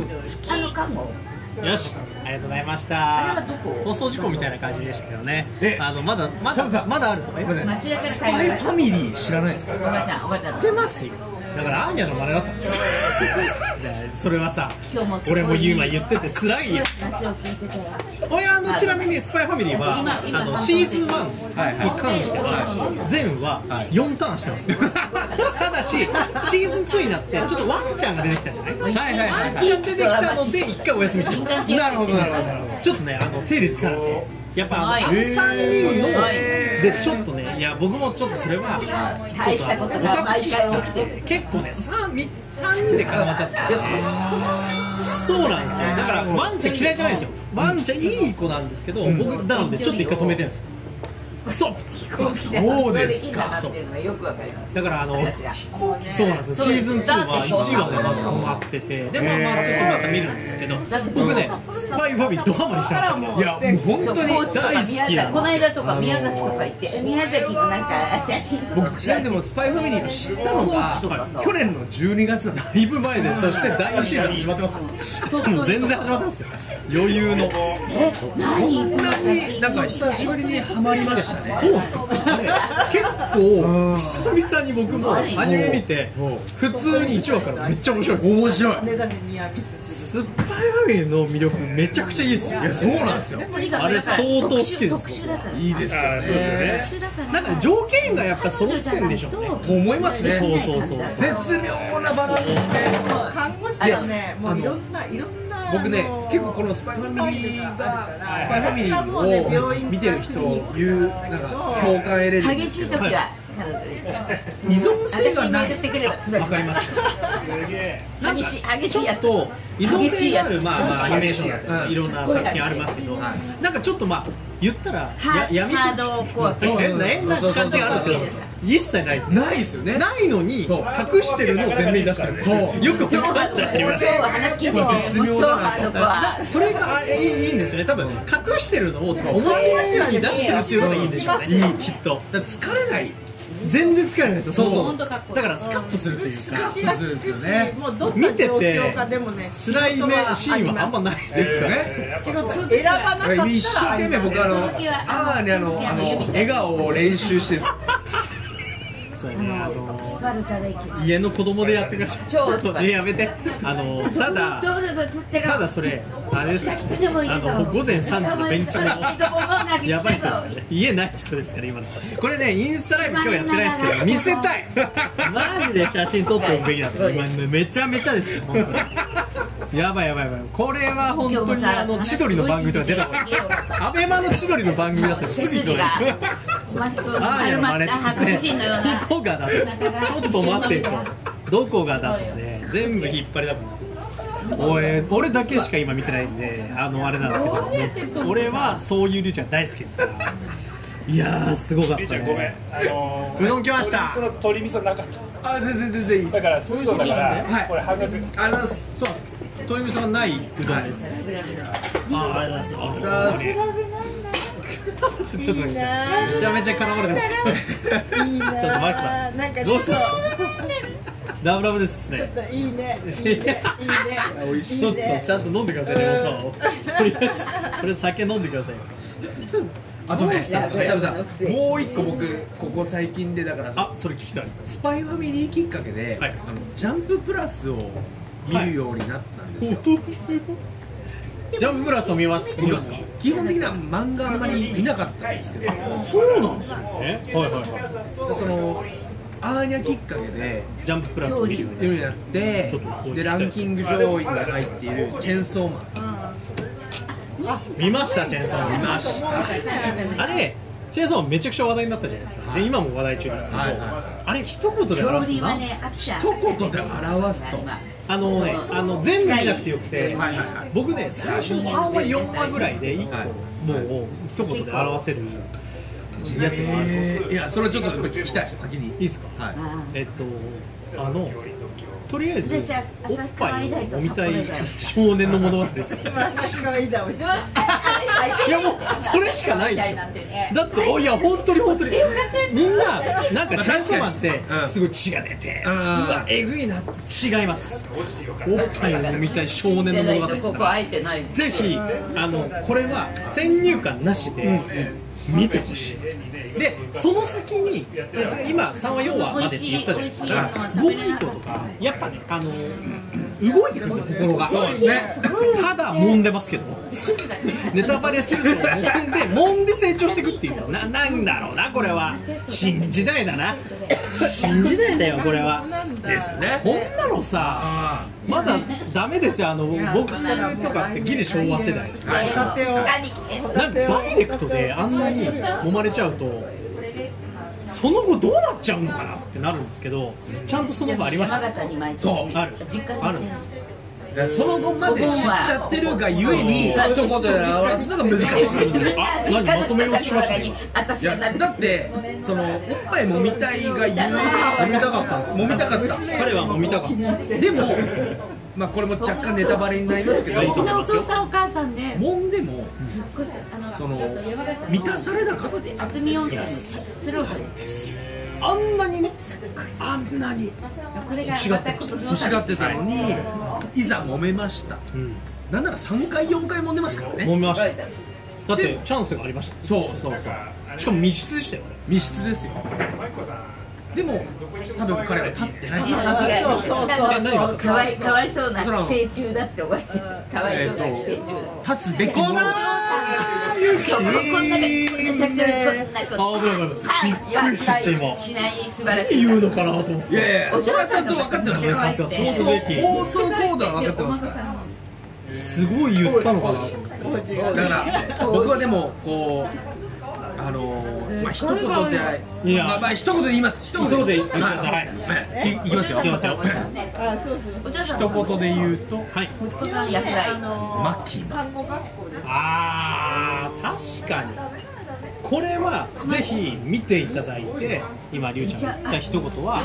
Speaker 1: よしありがとうございました放送事故みたいな感じでしたけどね
Speaker 2: え
Speaker 1: あのまだまだ
Speaker 2: キャンさん
Speaker 1: まだあるえ
Speaker 5: 町田から
Speaker 2: スパイファミリー知らないですか
Speaker 5: おばあちゃんおばあちゃん
Speaker 1: 知ってますよだからアーニャの真似だったんですよじゃあそれはさ
Speaker 5: 今日もすごい
Speaker 1: 俺も今言ってて辛いよ
Speaker 5: 話を聞いてたら
Speaker 1: 俺あのちなみにスパイファミリーは
Speaker 5: 今今
Speaker 1: あのシーズン1に関しては全話4ターンしてます、 ただしシーズン2になってちょっとワンちゃんが出てきたじゃないワン
Speaker 2: はいはいはい
Speaker 1: ちゃん出てきたので一回お休みしてます
Speaker 2: なるほどなるほどなるほど
Speaker 1: ちょっとねあの整理つかなくてやっぱあの
Speaker 5: はい
Speaker 1: 3人の
Speaker 5: はい
Speaker 1: でちょっとねいや僕もちょっとそれはちょ
Speaker 5: 大
Speaker 1: っ
Speaker 5: し
Speaker 1: とあ
Speaker 5: た
Speaker 1: の
Speaker 5: こ
Speaker 1: オ
Speaker 5: と
Speaker 1: タ
Speaker 5: が
Speaker 1: ク
Speaker 5: 毎
Speaker 1: 気質
Speaker 5: 回
Speaker 1: な
Speaker 5: 起き
Speaker 1: ん
Speaker 5: て
Speaker 1: で
Speaker 5: る
Speaker 1: 結構ね 3, 3人で固まっちゃってそうなんですよだからワンちゃん嫌いじゃないんですよワンちゃんいい子なんですけど、僕なのでちょっと一回止めてるんですよストップ
Speaker 2: そうですか
Speaker 5: それいいんだなっていうのがよくわかります
Speaker 1: だからあの
Speaker 5: 私ら
Speaker 1: そうなんですよシーズン2は1話がまず止まっててでまあまあちょっとまた見るんですけど僕ねスパイファミリードハマりしてましたね
Speaker 2: いやもう本当に
Speaker 5: 高知とか
Speaker 1: 大好きなんですよ
Speaker 5: 宮崎この間とか宮崎とか行って宮崎のなんか写真とか
Speaker 2: 僕ちなみにでもスパイファミリーを知ったの
Speaker 5: 高知とかさ
Speaker 2: が去年の12月なんだ
Speaker 1: だいぶ前でそして第1シーズン始まってますもう全然始まってますよ余裕の
Speaker 5: え何この写
Speaker 2: に
Speaker 5: 真
Speaker 2: なんか久しぶりにハマりましたね
Speaker 1: そうあれ結構久々に僕もアニメ見て
Speaker 2: うん
Speaker 1: 普通に1話からめっちゃ面白いんですよ
Speaker 2: 面白い
Speaker 1: スパイファミリーの魅力めちゃくちゃいいですよ
Speaker 2: いやそうなんですよ
Speaker 5: とにかく
Speaker 1: あれ相当好きです
Speaker 5: 特殊特殊だから
Speaker 2: いいですよ
Speaker 4: あーそうですよね
Speaker 5: 特殊だから
Speaker 1: なんかね条件がやっぱ揃ってんでしょうね
Speaker 2: と思いますね
Speaker 1: そうそうそう
Speaker 2: 絶妙なバランスで
Speaker 6: 看護師のね、もういろんな、いろんな。
Speaker 2: 僕ね
Speaker 6: あの
Speaker 2: 結構このスパイファミリーがスパイファミリ
Speaker 6: 私はもう
Speaker 2: ー
Speaker 6: ね
Speaker 2: を見てる人いうなんか共感得れるんで
Speaker 5: 激
Speaker 2: す
Speaker 5: し
Speaker 2: け
Speaker 5: い
Speaker 2: ど
Speaker 5: 時は彼女に
Speaker 2: 依存性
Speaker 5: 私
Speaker 2: が
Speaker 5: に
Speaker 2: ない
Speaker 5: メールしてくればつな
Speaker 1: わかります
Speaker 5: 激しい激しいやつ
Speaker 1: と依存
Speaker 5: 激し
Speaker 1: 性
Speaker 5: い
Speaker 1: が
Speaker 5: や
Speaker 1: あ
Speaker 5: つ
Speaker 1: るまあまあアニメーションなんですけど
Speaker 2: うん
Speaker 1: いろんな作品ありますけど
Speaker 2: は
Speaker 1: なんかちょっとまあ言ったら
Speaker 5: ハ
Speaker 1: や闇
Speaker 5: ハードコア系
Speaker 1: 変な変な感じがあるんですけど一切ない
Speaker 2: ないですよね
Speaker 1: ないのに
Speaker 2: そう
Speaker 1: 隠してるのを全面に出してる
Speaker 2: そう
Speaker 1: よく分
Speaker 5: 超
Speaker 1: か
Speaker 5: ハ
Speaker 1: っ
Speaker 5: ー
Speaker 1: た
Speaker 5: ド
Speaker 1: らあり
Speaker 5: 今
Speaker 1: ます
Speaker 5: 日は話聞いてても超ハードコア
Speaker 1: それがあいいいいんですよね多分隠してるのを表に出してるっていうのがいいんでしょうねいいきっと
Speaker 2: だから疲れない
Speaker 1: 全然疲れないですよそうそう
Speaker 5: 本当かっこいい
Speaker 1: だからスカッとするというか
Speaker 6: 私は聞くしもうどんな状況下でもね、
Speaker 1: 辛い目シーンはあんま
Speaker 6: い。
Speaker 1: ないで
Speaker 2: で
Speaker 1: すす
Speaker 2: よ
Speaker 1: よね、
Speaker 2: ね
Speaker 6: 仕事選ばなかったら。
Speaker 2: 一生懸命僕あのあーねあのあの笑顔を練習して
Speaker 1: そうや
Speaker 5: あ
Speaker 1: ねあの
Speaker 5: のスパルタで行きます
Speaker 1: 家の子供でやってください
Speaker 5: 超
Speaker 1: そうねやめてあのただ
Speaker 5: 道路が立ってる
Speaker 1: ただそれあれですよ
Speaker 5: 借地でもいい
Speaker 1: あ
Speaker 5: ぞ
Speaker 1: の午前3時のベンチのやばい人ですからね家ない人ですから今のこれねインスタライブ今日やってないですけど見せたいマジで写真撮っておくべきだと思う今ね めちゃめちゃですよ本当にやばいやばいやばいこれは本当にあの千鳥の番組とか出た方がいいですアベマの千鳥の番組だったらす
Speaker 5: 設
Speaker 1: ぐ行
Speaker 5: 備が
Speaker 1: く
Speaker 5: 丸まった白
Speaker 1: ね
Speaker 5: 人のような
Speaker 1: どこがだとちょっと待ってとどこがだとね全部引っ張りだもん俺俺だけしか今見てないんであのあれなんですけど俺はそういうりゅうちゃん大好きですからいやーすごかった
Speaker 4: り
Speaker 1: ね
Speaker 4: ゅうちゃんごめんあのー
Speaker 1: うどん来ました
Speaker 4: その鶏味噌なかった
Speaker 2: あ全然全然いい
Speaker 4: だからそういうのだから、
Speaker 2: はい
Speaker 4: これ半額
Speaker 2: ありがとうございます
Speaker 1: そうなんです鳥海さんないうどんですあーありがとうございます
Speaker 2: ありがとうござい
Speaker 1: ちょっと待ってくださいめちゃめちゃ絡まれてますけどちょっとマキさ
Speaker 6: なんか
Speaker 1: ん
Speaker 6: ちょ
Speaker 1: ど
Speaker 6: っ
Speaker 1: うし
Speaker 6: と
Speaker 1: たんですかラブラブですね
Speaker 6: ちょっといいねいいねいいね
Speaker 1: 美味しいちょっとちゃんと飲んでくださいレモンサワーをとりあえずこれ酒飲んでくださいよ
Speaker 2: あとね、チ
Speaker 6: や
Speaker 2: ャブさん、もう一個僕、ここ最近で、だから、
Speaker 1: あそれ聞きたい
Speaker 2: スパイファミリーきっかけで、
Speaker 1: はい
Speaker 2: あのジャンププラスを見るようになったんですよ。
Speaker 1: ジャンププラスを見ます見ますか
Speaker 2: 基本的には漫画あんまり見なかったんですけど、
Speaker 1: そうなんですよねはいはいは
Speaker 2: そのアーニャきっかけで
Speaker 1: いジャンププラスを見るよう
Speaker 2: 見るよう
Speaker 1: に
Speaker 2: になって
Speaker 1: ちょっとここ、に
Speaker 2: でランキング上位に入っているチェンソーマン
Speaker 1: 見ましたチェーンソー
Speaker 2: 見
Speaker 1: マ
Speaker 2: ました。
Speaker 1: ンあれチェーンソーマンめちゃくちゃ話題になったじゃないですかで今も話題中ですけど
Speaker 2: はいは
Speaker 1: あれ一言で
Speaker 5: 恐
Speaker 1: 表す
Speaker 5: 竜
Speaker 1: と
Speaker 5: は
Speaker 1: 何すか
Speaker 5: ね飽きちゃう
Speaker 2: 一言で表すと
Speaker 1: あのねあの全部見なくてよくて
Speaker 2: はいはいはい
Speaker 1: 僕ね最初3話4話ぐらいで一個
Speaker 2: はい
Speaker 1: もう一言で表せるやつがあるんですよ
Speaker 2: えーいや、それちょっとやっぱ聞きたい、先に。
Speaker 1: いいですか
Speaker 2: はい
Speaker 1: えっと、あの、とりあえず、おっ
Speaker 5: 私は
Speaker 1: ぱいを飲みた
Speaker 5: 朝
Speaker 1: い
Speaker 5: 日川医大と札幌だよ
Speaker 1: 少年の物語です。
Speaker 6: 私の間を
Speaker 1: いやもう、それしかないでしょ。
Speaker 5: なんてね
Speaker 1: だって、おいや、本当に本当に、みんな、なんかチャンスマンって
Speaker 2: う、ん
Speaker 1: すごい血が出て、う
Speaker 2: うん
Speaker 1: わ、えぐいな、違います。
Speaker 4: 落ちてよかった
Speaker 1: おっぱいを飲みたい少年の物語でしたから。
Speaker 5: てない
Speaker 1: ぜひ、あの、これは先入観なしで、見てほしい。でその先に今3話4話までって言ったじゃないです
Speaker 5: 美味しい
Speaker 1: か5以降とかやっぱねあの動いてくるんですよ心が
Speaker 2: そうですね
Speaker 1: ただ揉んでますけどネタバレすると揉んで揉んで成長していくっていうななんだろうなこれは新時代だな新時代だよこれは
Speaker 2: ですよね。
Speaker 1: こんなのさ
Speaker 2: あ
Speaker 1: まだダメですよあの僕とかってギリ昭和世代です
Speaker 2: はい
Speaker 6: 使ってよ
Speaker 5: 下に来て
Speaker 1: なんかダイレクトであんなに揉まれちゃうとその後どうなっちゃうのかなってなるんですけどちゃんとその後ありました
Speaker 5: 山形に毎年
Speaker 1: そうある
Speaker 5: 実家に
Speaker 1: あるんですよ
Speaker 2: ーだからその後まで知っちゃってるがゆえに、一
Speaker 5: そう
Speaker 2: 言で表すのが難しい。
Speaker 1: あ何まとめようとしました
Speaker 5: に
Speaker 1: ね
Speaker 5: 私
Speaker 2: い
Speaker 5: が
Speaker 2: や
Speaker 5: なぜ
Speaker 2: だってそのおっぱい揉みたいが言う揉みたかったんです揉みたかった
Speaker 1: 彼は揉みたかった
Speaker 2: でもまあこれも若干ネタバレになりますけど
Speaker 1: いいと
Speaker 5: こ
Speaker 1: 思い
Speaker 5: の
Speaker 1: ま
Speaker 5: お
Speaker 1: すよ
Speaker 5: 父さんお母さんね
Speaker 2: 揉んでも
Speaker 5: 少しあの
Speaker 2: その満たされなかった
Speaker 5: 渥美温泉鶴岡
Speaker 1: ですよあんなにねあんなに、
Speaker 5: これが
Speaker 1: 欲しが
Speaker 5: ま
Speaker 1: ってまし
Speaker 5: た今年の
Speaker 2: 欲しがってたのにいざ揉めました
Speaker 1: うん、
Speaker 2: なんなら3回4回揉んでますから
Speaker 1: 揉
Speaker 2: ね
Speaker 1: めましただってチャンスがありました
Speaker 2: そうそうそう
Speaker 1: しかも密室でしたよ
Speaker 2: 密室ですよでも多分彼は立ってない
Speaker 5: いや違うそうそうかわいかわいそうな寄生虫だって覚えてるかわいそうな寄生虫
Speaker 2: 立つべきもの
Speaker 5: そうここんなでこんなしゃくれこんなこんな
Speaker 1: あ危ない危ないびっくりしちゃった今
Speaker 5: しない素晴らしい
Speaker 1: 言うのかなと思っ
Speaker 2: い
Speaker 1: て
Speaker 2: やいやそれはちゃんと分かってますよ
Speaker 5: さ
Speaker 2: 放
Speaker 5: す
Speaker 2: 送
Speaker 5: が
Speaker 1: 通すべき
Speaker 2: 放送コードは分かってますから
Speaker 1: すごい言ったのかなと思って
Speaker 2: だから僕はでもこうあのー、まあ一言で
Speaker 1: いや
Speaker 2: まあ、まあ一言で言います一言
Speaker 1: 一言で言
Speaker 2: 言
Speaker 1: っ
Speaker 2: い
Speaker 1: てくださいはい
Speaker 2: いきますよ
Speaker 1: いきますよ
Speaker 6: あそうそう
Speaker 5: お嬢さん
Speaker 2: 一言で言うと
Speaker 1: はい
Speaker 5: 息子さん薬剤
Speaker 2: マッキーマン
Speaker 6: 看護学校で
Speaker 1: あー確かにこれはぜひ見ていただいて今りゅうちゃんが言った一言は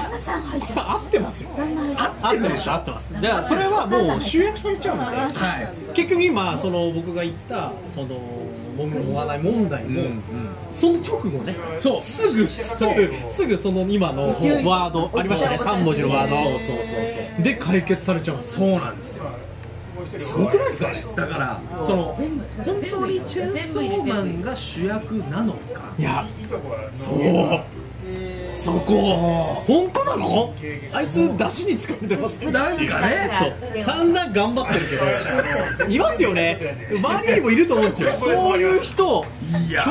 Speaker 1: これ合ってますよ合ってるでしょ合ってますだからそれはもう集約されちゃうんで
Speaker 2: はい
Speaker 1: 結局今その僕が言ったそのもむもわない問題
Speaker 2: うんう
Speaker 1: も、
Speaker 2: ん
Speaker 1: その直後ね
Speaker 2: そう
Speaker 1: すぐすぐすぐその今のワードありましたね3文字のワード
Speaker 2: そうそうそう
Speaker 1: で解決されちゃうんです
Speaker 2: そうそうなんですよ
Speaker 1: すごくないですかね
Speaker 2: だからその本当にチェンソーマンが主役なのか
Speaker 1: いや
Speaker 4: いいとこは
Speaker 1: そうそこ本当なのあいつ出汁に疲れてますけど
Speaker 2: なんかね
Speaker 1: そう散々頑張ってるけどいますよね周りにもいると思うんですよそういう人そ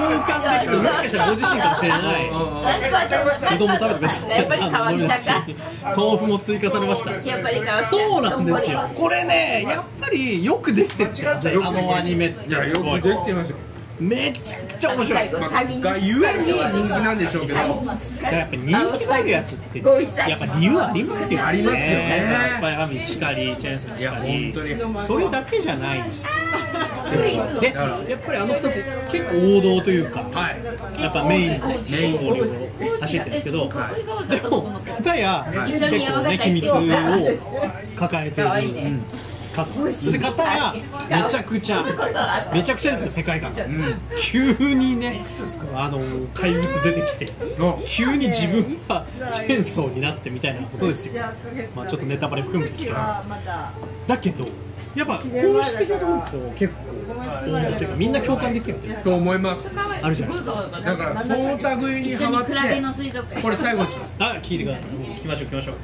Speaker 1: ういう感じでもしかしたらご自身かもしれない
Speaker 5: いう
Speaker 1: どんも食べてください
Speaker 5: やっぱり
Speaker 1: あの
Speaker 5: 乾きたか
Speaker 1: 豆腐も追加されました
Speaker 5: やっぱり乾きたか
Speaker 1: そうなんですよこれねやっぱりよくできてるんですよねあのアニメって
Speaker 2: いや
Speaker 1: す
Speaker 2: よ
Speaker 1: ごい
Speaker 2: くできてますよ
Speaker 1: めちゃくちゃ面白い
Speaker 5: 最後
Speaker 2: まあ
Speaker 5: 詐欺に
Speaker 2: がゆえに人気なんでしょうけど
Speaker 1: やっぱ人気があるやつって
Speaker 5: ごめんなさい
Speaker 1: やっぱ理由ありますよね
Speaker 2: ありますよね
Speaker 1: スパイファミリーしかりチェーンソー
Speaker 2: い
Speaker 1: し
Speaker 2: や
Speaker 1: か
Speaker 2: 本当に
Speaker 1: りそれだけじゃないですよで
Speaker 2: だから
Speaker 1: やっぱりあの2つ結構王道というか、
Speaker 2: はい
Speaker 1: やっぱメインでメインボリュームを走ってるんですけど、でも片や結構ね秘密を抱えてる、
Speaker 5: 可愛いね
Speaker 1: うん家族それで片やめちゃくちゃめちゃくちゃですよ世界観が、急にねあの怪物出てきて急に自分がチェーンソーになってみたいなことですよまあちょっとネタバレ含むんですけど
Speaker 6: まだ
Speaker 1: だけどやっぱ本質的なところと結構思うというかみんな共感できるというか
Speaker 2: と思います
Speaker 1: あるじゃないですか
Speaker 2: だからそうた食いに
Speaker 5: 一
Speaker 2: ハ
Speaker 5: 緒に
Speaker 2: マっ
Speaker 5: 比べの
Speaker 2: て
Speaker 5: 水族
Speaker 2: こ
Speaker 5: 館
Speaker 2: れ最後にします
Speaker 1: あ聞いてくださいうん聞きましょう聞きましょう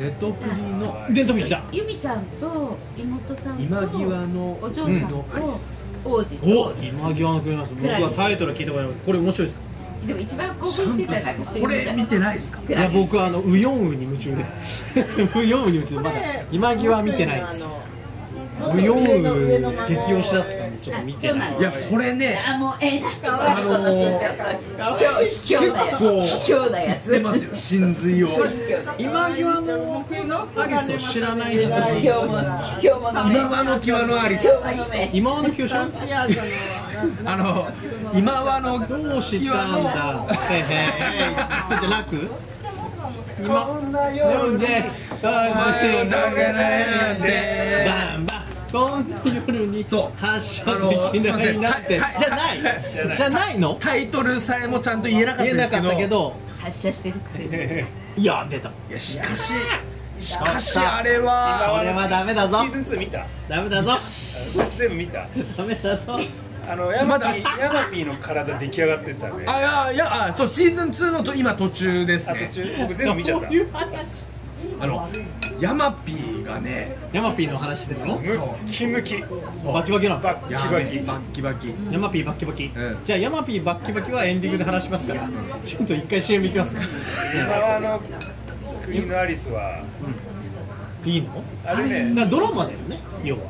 Speaker 2: デトプリの
Speaker 1: 伝統劇だ
Speaker 5: ゆみちゃんと妹さんと
Speaker 2: 今際の
Speaker 5: お嬢さん
Speaker 2: の
Speaker 5: と
Speaker 2: アリス
Speaker 5: 王子と
Speaker 1: お今際の国なんです僕はタイトル聞いたことありますこれ面白いですか
Speaker 5: でも一番興奮してたのは私と
Speaker 2: こ
Speaker 5: ゆみち
Speaker 2: れ
Speaker 5: ゃん
Speaker 2: 見てないですか
Speaker 5: ク
Speaker 1: いや
Speaker 5: ラス
Speaker 1: 僕はあのウヨンウに夢中でウヨンウに夢中でまだ今際は見てないですウヨンウ激推しだったんでちょっと見てない
Speaker 2: いやこれね
Speaker 5: あもうええな
Speaker 2: あの
Speaker 5: 卑怯なやつ卑怯なや
Speaker 2: 出
Speaker 5: つ
Speaker 2: ますよ真髄を
Speaker 1: 今際の国のアリスを知らない人
Speaker 5: 卑怯も卑怯も
Speaker 2: 今はの際のアリス
Speaker 5: 卑怯もめ
Speaker 1: 今際の急所
Speaker 2: あの今はの
Speaker 1: どうしたんだへへへじゃなく
Speaker 4: こんな
Speaker 1: 読
Speaker 4: 夜
Speaker 1: んで
Speaker 4: で
Speaker 1: 前
Speaker 2: だけなんて
Speaker 1: バンバンこんな夜に
Speaker 2: そう
Speaker 1: 発射できないなって
Speaker 2: あの
Speaker 1: じゃないじゃないの
Speaker 2: タイトルさえもちゃんと言えなかっ
Speaker 1: 言
Speaker 2: た
Speaker 1: え
Speaker 2: んで
Speaker 1: な
Speaker 2: す
Speaker 1: か
Speaker 2: け
Speaker 1: っ
Speaker 2: ど
Speaker 1: たけど
Speaker 5: 発射してるくせに
Speaker 1: いや出た
Speaker 2: いやしかししかしあれは
Speaker 1: それはダメだぞ
Speaker 4: シーズン2見た
Speaker 1: ダメだぞ
Speaker 4: 全部見た
Speaker 1: ダメだぞ
Speaker 4: あのヤマピ
Speaker 2: ま
Speaker 4: ーヤマピーの体出来上がってたね
Speaker 2: あいやいやあそうシーズン2のと今途中です
Speaker 4: あ途
Speaker 2: ね
Speaker 4: 中僕全部見ちゃった
Speaker 1: どういう話
Speaker 2: あのヤマピーがね
Speaker 1: ヤマピーの話でも
Speaker 4: ムッキムキ
Speaker 1: バキバキなの
Speaker 4: バッキ
Speaker 2: や
Speaker 4: バ
Speaker 2: べ
Speaker 4: キ
Speaker 2: バッキバキ
Speaker 1: ヤマピーバッキバキ、
Speaker 2: ん
Speaker 1: じゃあヤマピーバッキバキはエンディングで話しますから、ちょっと一回 CM いきますね
Speaker 4: 今あの国のアリスはい
Speaker 1: いの
Speaker 4: あれね
Speaker 1: だからドラマだよね要は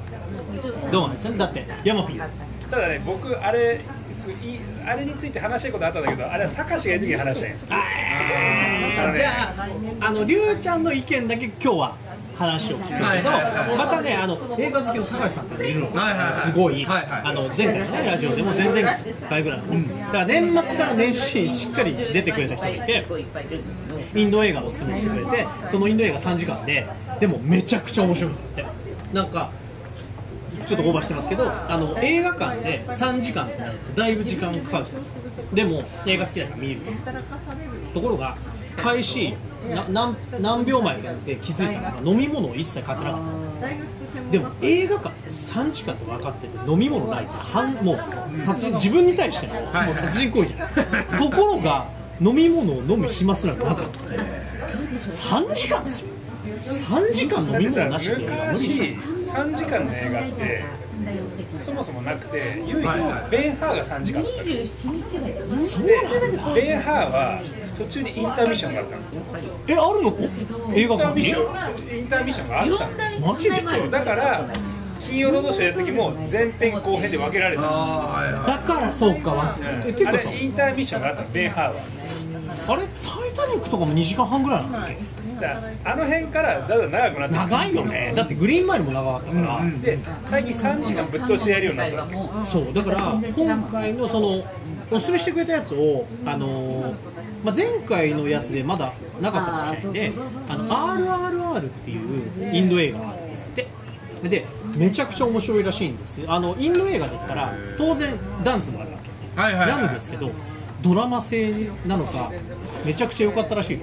Speaker 1: どうなんですよだってヤマピーだ
Speaker 4: ただね僕あれすごいいいあれについて話したことあったんだけどあれは高志がいる時に話したいんですよ
Speaker 1: あじゃあ、あのりゅうちゃんの意見だけ今日は話を聞くけど、
Speaker 2: はいはいはい
Speaker 1: またね、あの映画好きの高橋さんっているの、
Speaker 2: はいはいはい
Speaker 1: すごい、
Speaker 2: はいはい
Speaker 1: あの前回のねラジオでも前々回ぐらいの、だから年末から年始にしっかり 出てくれた人がいて、インド映画をおすすめしてくれて、そのインド映画3時間で、でもめちゃくちゃ面白いって、なんか。ちょっとオーバーしてますけどあの映画館で3時間ってなるとだいぶ時間かかるじゃないですかでも映画好きだから見るところが開始な何何秒前かで気づいたのが飲み物を一切買ってなかったでも映画館って3時間で分かってて飲み物ないって半もう殺人自分に対しての
Speaker 2: い
Speaker 1: もう殺人行為じゃないところが飲み物を飲む暇すらなかった3時間ですよ3時間飲み
Speaker 4: だ
Speaker 1: 物
Speaker 4: っ
Speaker 1: な
Speaker 4: て
Speaker 1: し
Speaker 4: さ
Speaker 1: っていうのは無理でしょ
Speaker 4: 昔3時間の映画ってそもそもなくて唯一
Speaker 2: はいはい
Speaker 4: ベンハーが3時間だった
Speaker 5: 27日まで
Speaker 1: そう
Speaker 4: で
Speaker 1: なんだ
Speaker 4: ベンハーは途中にインターミッションがあったの
Speaker 1: えあるの映画
Speaker 4: インター
Speaker 1: 館
Speaker 4: ミッシ
Speaker 1: に
Speaker 4: ョンインターミッションがあったの
Speaker 1: マジで
Speaker 4: そうだから金曜ロードショーやった時も前編後編で分けられたの
Speaker 2: あーはいはい
Speaker 1: だからそうかわ
Speaker 4: うん
Speaker 1: えて
Speaker 4: あ
Speaker 1: かさ
Speaker 4: れインターミッションがあったのベンハーは
Speaker 1: あれ「タイタニック」とかも2時間半ぐらいなんだっけ
Speaker 4: だからあの辺からだんだん長くなってくる
Speaker 1: 長いよねだってグリーンマイルも長かったから、
Speaker 4: で最近3時間ぶっ通しでやるようになったの
Speaker 1: そうだから今回のそのおすすめしてくれたやつをあのーまあ、前回のやつでまだなかったかもしれないんで「あの RRR」っていうインド映画があるんですってでめちゃくちゃ面白いらしいんですあのインド映画ですから当然ダンスもあるわけ
Speaker 2: はいはいはい
Speaker 1: なんですけどドラマ性なのかめちゃくちゃ良かったらしいよ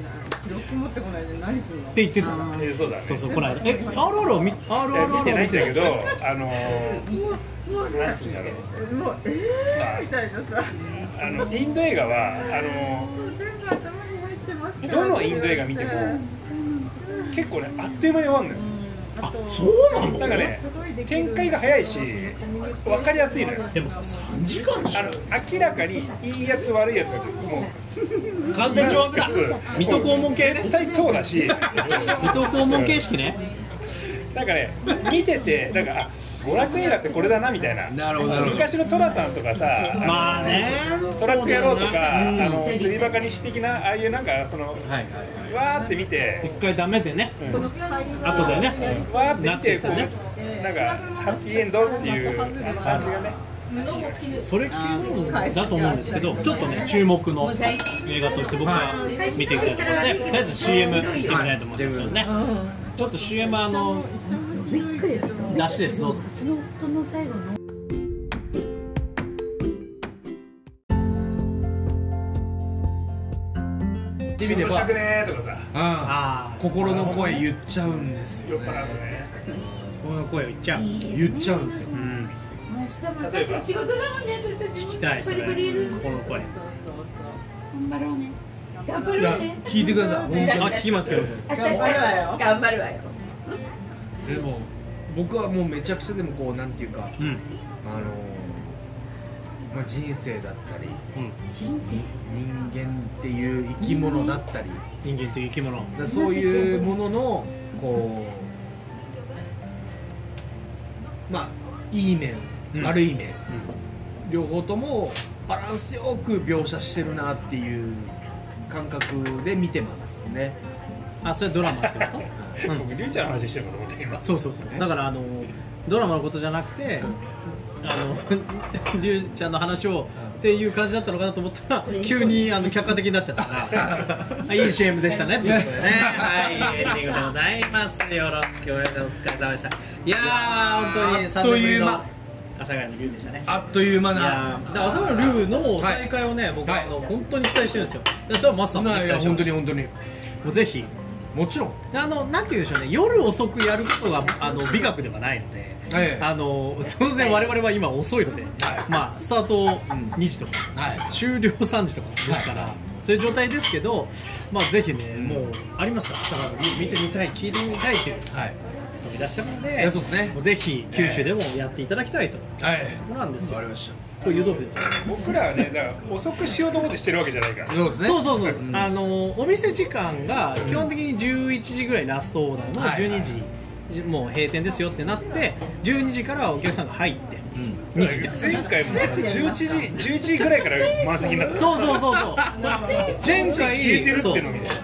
Speaker 6: 病気持ってこないで何するの
Speaker 1: って言ってた
Speaker 4: えそうだね
Speaker 1: そうそうこの間え RR を見 RRR を
Speaker 4: 見てないんだけど
Speaker 1: 見
Speaker 4: あのーなんつうんだろう
Speaker 6: もうえーみたいなさ
Speaker 4: あのインド映画はあの
Speaker 6: 全部頭に入ってます
Speaker 4: どのインド映画見ても結構ねあっという間に終わるのよ
Speaker 1: あそうなの
Speaker 4: なんかね展開が早いし分かりやすいのよ
Speaker 1: でもさ3時間でし
Speaker 4: あ
Speaker 1: ょ
Speaker 4: の明らかにいいやつ悪いやつがもう
Speaker 1: 完全掌握だ
Speaker 4: うん
Speaker 1: 水戸黄門系
Speaker 4: 絶
Speaker 1: ね
Speaker 4: 対そうだし
Speaker 1: 水戸黄門形式ね
Speaker 4: なんかね見ててなんかあ娯楽映画ってこれだなみたいな
Speaker 2: なるほどなるほど
Speaker 4: 昔の寅さんとかさあの
Speaker 1: まあね
Speaker 4: トラック野郎と
Speaker 1: そう
Speaker 4: か、
Speaker 1: だよね
Speaker 4: あ
Speaker 1: うん
Speaker 4: の釣りバカにし的なああいうなんかその、
Speaker 2: はい
Speaker 4: わーって見て、
Speaker 1: 一回ダメでね
Speaker 4: うん
Speaker 1: 後でね
Speaker 4: わーって見てこう
Speaker 1: なって
Speaker 4: なんかハッピーエンドっていう感じがね
Speaker 1: それ系なのだと思うんですけどちょっとね注目の映画として僕は見ていきたいと思いますねとりあえず CM 見てみたいと思うんですよねちょっと CM はあのなしですどうぞ
Speaker 4: 仕事したくねーとかさ
Speaker 2: うん
Speaker 1: あ
Speaker 2: 心の声言っちゃうんです
Speaker 4: 酔
Speaker 2: よ
Speaker 4: っ払うとね
Speaker 1: あこの声を言っちゃう
Speaker 2: 言っちゃうんですよ
Speaker 1: うん
Speaker 4: 例えば
Speaker 5: 仕事だもんね私たち
Speaker 1: 聞きたいそれ心の声
Speaker 5: 頑張
Speaker 2: い
Speaker 5: ろ
Speaker 2: や
Speaker 5: うね
Speaker 2: 聞いてください本当に
Speaker 1: あ聞きますけど
Speaker 5: 私たち頑張るわよ
Speaker 2: でも僕はもうめちゃくちゃでもこうなんていうか
Speaker 1: うん
Speaker 2: あのまあ、人生だったり
Speaker 1: うん
Speaker 5: 人生
Speaker 2: 人間っていう生き物だったり
Speaker 1: 人間という生き物
Speaker 2: だからそういうもののこうまあいい面、
Speaker 1: うん
Speaker 2: 悪い面両方ともバランスよく描写してるなっていう感覚で見てますね
Speaker 1: あそれドラマってこうん
Speaker 4: 僕リュウちゃんの話してるのかと思って今
Speaker 1: とそうそうそうだからあのドラマのことじゃなくてあの リュウちゃんの話をっていう感じだったのかなと思ったら急にあの客観的になっちゃった からあいい CM でしたねってことでねはいエンディングでございますよろしくお願いしますお疲れ様でしたいやー本当に3年ぶりの
Speaker 2: あっと
Speaker 1: 阿
Speaker 2: いう間
Speaker 1: 佐ヶ谷のリュウでしたね
Speaker 2: あっという間
Speaker 1: いや
Speaker 2: な
Speaker 1: ーだから阿佐ヶ谷のリュウの再会をね、僕はあの本当に期待してるんですよでそれはマスターも期
Speaker 2: な
Speaker 1: 待し
Speaker 2: い
Speaker 1: て
Speaker 2: や
Speaker 1: ま
Speaker 2: 本当
Speaker 1: す
Speaker 2: に本当に
Speaker 1: もうぜひ
Speaker 2: もちろん
Speaker 1: あのなんて言うんでしょうね夜遅くやることがあの美学ではないので、
Speaker 2: ええ
Speaker 1: あの当然我々は今遅いので、まあスタート2時とか、
Speaker 2: はい
Speaker 1: 終了3時とかですから、そういう状態ですけど、まあぜひね、もうありますから朝から見てみたい聞いてみたいという
Speaker 2: はい
Speaker 1: 人もいらっしゃるの
Speaker 2: い
Speaker 1: で
Speaker 2: やそうですね
Speaker 1: もうぜひ九州でもやっていただきたいと、
Speaker 2: はい
Speaker 1: そうなんですよ
Speaker 2: わかりまし
Speaker 1: これ湯豆腐ですよ、
Speaker 4: 僕らはねだから遅くしようと思ってしてるわけじゃないから
Speaker 2: たそうですね
Speaker 1: そうそうそう、
Speaker 2: ん
Speaker 1: あのお店時間が基本的に11時ぐらいラストオーダーの
Speaker 2: はいはい
Speaker 1: 12時、もう閉店ですよってなって12時からお客さんが入って
Speaker 2: うん
Speaker 1: 2時だ
Speaker 4: 前回も11時11時ぐらいから満席になった
Speaker 1: そうそうそう そう前回
Speaker 4: 消えてるってのみたい
Speaker 1: そ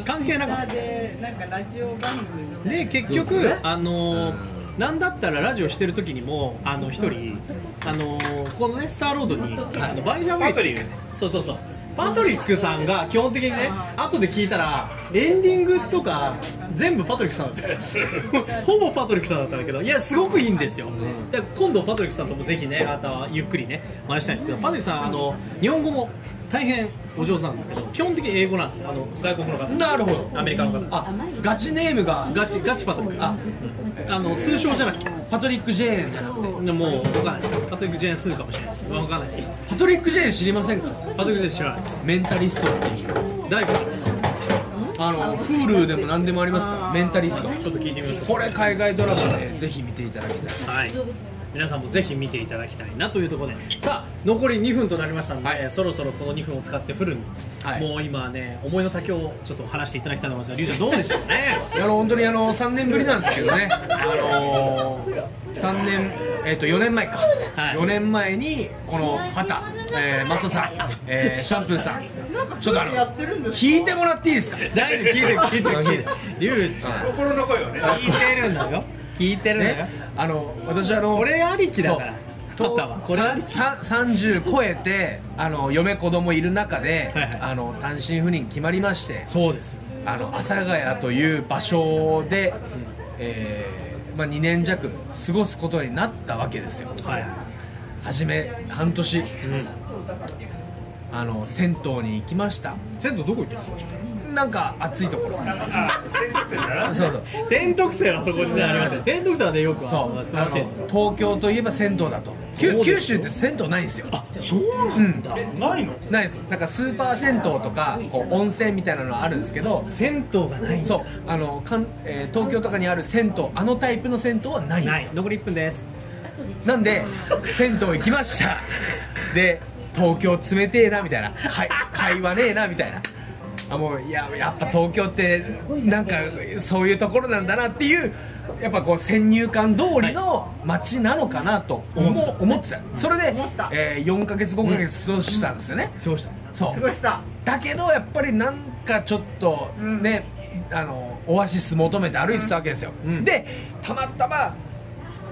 Speaker 1: う関係なかった
Speaker 6: でなんかラジオ番組のね
Speaker 1: で結局、あのーなんだったらラジオしてる時にもあの一人あのーこのねスターロードにあのバイザーウェイっていう
Speaker 4: パトリック
Speaker 1: そうそうそうパトリックさんが基本的にね後で聞いたらエンディングとか全部パトリックさんだった ほぼパトリックさんだったんだけどいやすごくいいんですよ、で今度パトリックさんともぜひねまたゆっくりね真似したいんですけどパトリックさんあの日本語も大変お上手なんですけど基本的に英語なんですよあの外国の方なるほどアメリカの方
Speaker 2: あガチネームが
Speaker 1: ガチガチパトリックですあの通称じゃなくて
Speaker 2: パトリック・ジェーンじゃなくて
Speaker 1: でもう分かんないですパトリック・ジェーンスーかもしれないです分かんないですけど
Speaker 2: パトリック・ジェーン知りませんか
Speaker 1: パトリック・ジェーン知らないです
Speaker 2: メンタリストっていう
Speaker 1: 大悟知らないですちょ
Speaker 2: あの Hulu でも何でもありますからメンタリスト
Speaker 1: っと聞いてみましょ
Speaker 2: これ海外ドラマでぜひ見ていただきたいう
Speaker 1: はい皆さんもぜひ見ていただきたいなというところでさあ残り2分となりましたので、そろそろこの2分を使ってフルに、
Speaker 2: はい
Speaker 1: もう今ね思いの丈をちょっと話していただきたいと思いますがリュウちゃんどうでしょうね
Speaker 2: いやあの本当にあの3年ぶりなんですけどねあのー3年えっ、と4年前か、
Speaker 1: はい
Speaker 2: 4年前にこの畑、えー、マサさん、えーシャンプーさんちょっとあの聞いてもらっていいですか
Speaker 1: 大丈夫聞いてる聞いてる聞いてるリュウちゃん
Speaker 2: はい
Speaker 4: 心の声をね
Speaker 1: 聞いてるんだよ聞いてるんだよ、
Speaker 2: ね、あの私あの
Speaker 1: これありき だから
Speaker 2: そう
Speaker 1: パパは
Speaker 2: と
Speaker 1: これありき
Speaker 2: さん30超えてあの嫁子供いる中で、
Speaker 1: はいはい
Speaker 2: あの単身赴任決まりまして
Speaker 1: そうですよ
Speaker 2: あの阿佐ヶ谷という場所で、えーまあ、2年弱過ごすことになったわけですよ
Speaker 1: はい
Speaker 2: 初め半年あの銭湯に行きました
Speaker 1: 銭湯どこ行ってますか
Speaker 2: なんか熱いところ
Speaker 4: あ転職生だな
Speaker 2: そうそう
Speaker 1: 天徳生はそこにねありましたね天徳生はねよく
Speaker 2: そ
Speaker 1: あ
Speaker 2: う
Speaker 1: の素晴らしいですよ
Speaker 2: 東京といえば銭湯だときゅ九州って銭湯ないんですよ
Speaker 1: そう
Speaker 2: うん
Speaker 1: だ
Speaker 4: えないの
Speaker 2: ないですなんかスーパー銭湯とかこう温泉みたいなのはあるんですけど
Speaker 1: 銭湯がないんだ
Speaker 2: そうあのかん、えー東京とかにある銭湯あのタイプの銭湯はないんで
Speaker 1: な
Speaker 2: す
Speaker 1: い
Speaker 2: よ
Speaker 1: 残り1分です
Speaker 2: なんで銭湯行きましたで東京冷てえなみたいな会会話ねえなみたいなあもういややっぱ東京ってなんかそういうところなんだなっていうやっぱこう先入観通りの街なのかなと思,、思ってたそれで、えー、4か月5か月過ごしたんですよね、
Speaker 1: 過ごした
Speaker 2: そう
Speaker 5: ごいした
Speaker 2: だけどやっぱりなんかちょっとね、あのオアシス求めて歩いてたわけですよ、
Speaker 1: うん
Speaker 2: でたまたま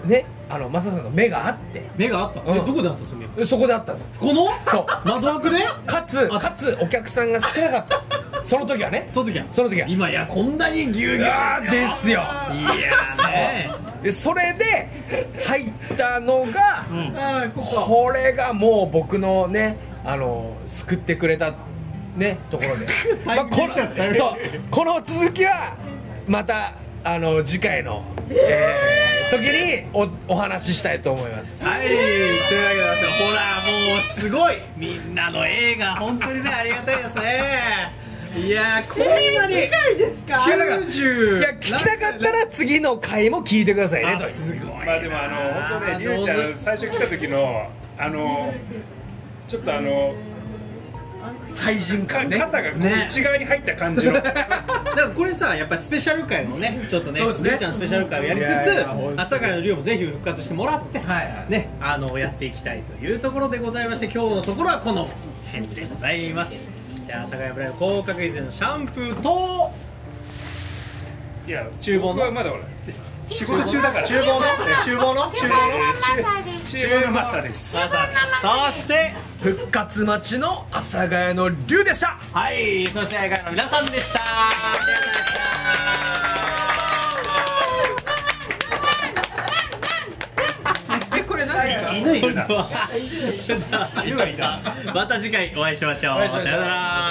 Speaker 2: ねあのマサさんの目があっ
Speaker 1: 目があった
Speaker 2: う
Speaker 1: え
Speaker 2: ん
Speaker 1: どこであったんですか目
Speaker 2: てそこであったんですよ
Speaker 1: この
Speaker 2: そう
Speaker 1: 窓枠で
Speaker 2: かつ
Speaker 1: あ
Speaker 2: かつお客さんが少なかったその時はね
Speaker 1: その時は
Speaker 2: その時は
Speaker 1: 今やこんなにぎゅうぎゅう
Speaker 2: あーですよ
Speaker 1: いやーね
Speaker 2: でそれで入ったのが、
Speaker 1: うん
Speaker 6: うんここ
Speaker 2: これがもう僕のねあの救ってくれたねとこ ろで
Speaker 1: タイミング
Speaker 2: この
Speaker 1: できたんですタイミング
Speaker 2: そうこの続きはまたあの次回の、えー時におお話ししたいと思います
Speaker 1: はい、というわけでだってほらもうすごいみんなの映画本当にねありがたいですねいやーこんなに
Speaker 6: 回ですか
Speaker 2: いやだから
Speaker 1: 90
Speaker 2: いや聞きたかったら次の回も聞いてくださいね
Speaker 1: あ
Speaker 2: という
Speaker 1: すごいな
Speaker 4: まあでもあの本当ねりゅうちゃん最初来た時のあのちょっとあの
Speaker 2: 廃人
Speaker 4: か
Speaker 2: 感ね
Speaker 4: 肩がこう
Speaker 1: ね
Speaker 4: 内側に入った感じの
Speaker 1: だからこれさやっぱりスペシャル回もねちょっとね
Speaker 2: そうですね
Speaker 1: りゅうちゃんスペシャル回をやりつ
Speaker 2: いやい
Speaker 1: つ
Speaker 2: や本当
Speaker 1: 朝会のりゅうもぜひ復活してもらって、
Speaker 2: はいはい
Speaker 1: ねあのやっていきたいというところでございまして今日のところはこの辺でございますで朝会ブライブ広角以前のシャンプーと
Speaker 4: いや
Speaker 1: 厨房の
Speaker 4: 僕はまだほら仕事中だから
Speaker 1: 厨房の厨房の厨房の
Speaker 4: 厨房のマスターです
Speaker 1: さあさあそして
Speaker 2: 復活待ちの阿佐ヶ谷の龍でした
Speaker 1: はい、そして愛花の皆さんでした。ありがとうございま
Speaker 6: えこれ何ですか
Speaker 4: 犬いるな
Speaker 1: した。それでは有馬さんまた次回お会いしましょう。さようなら。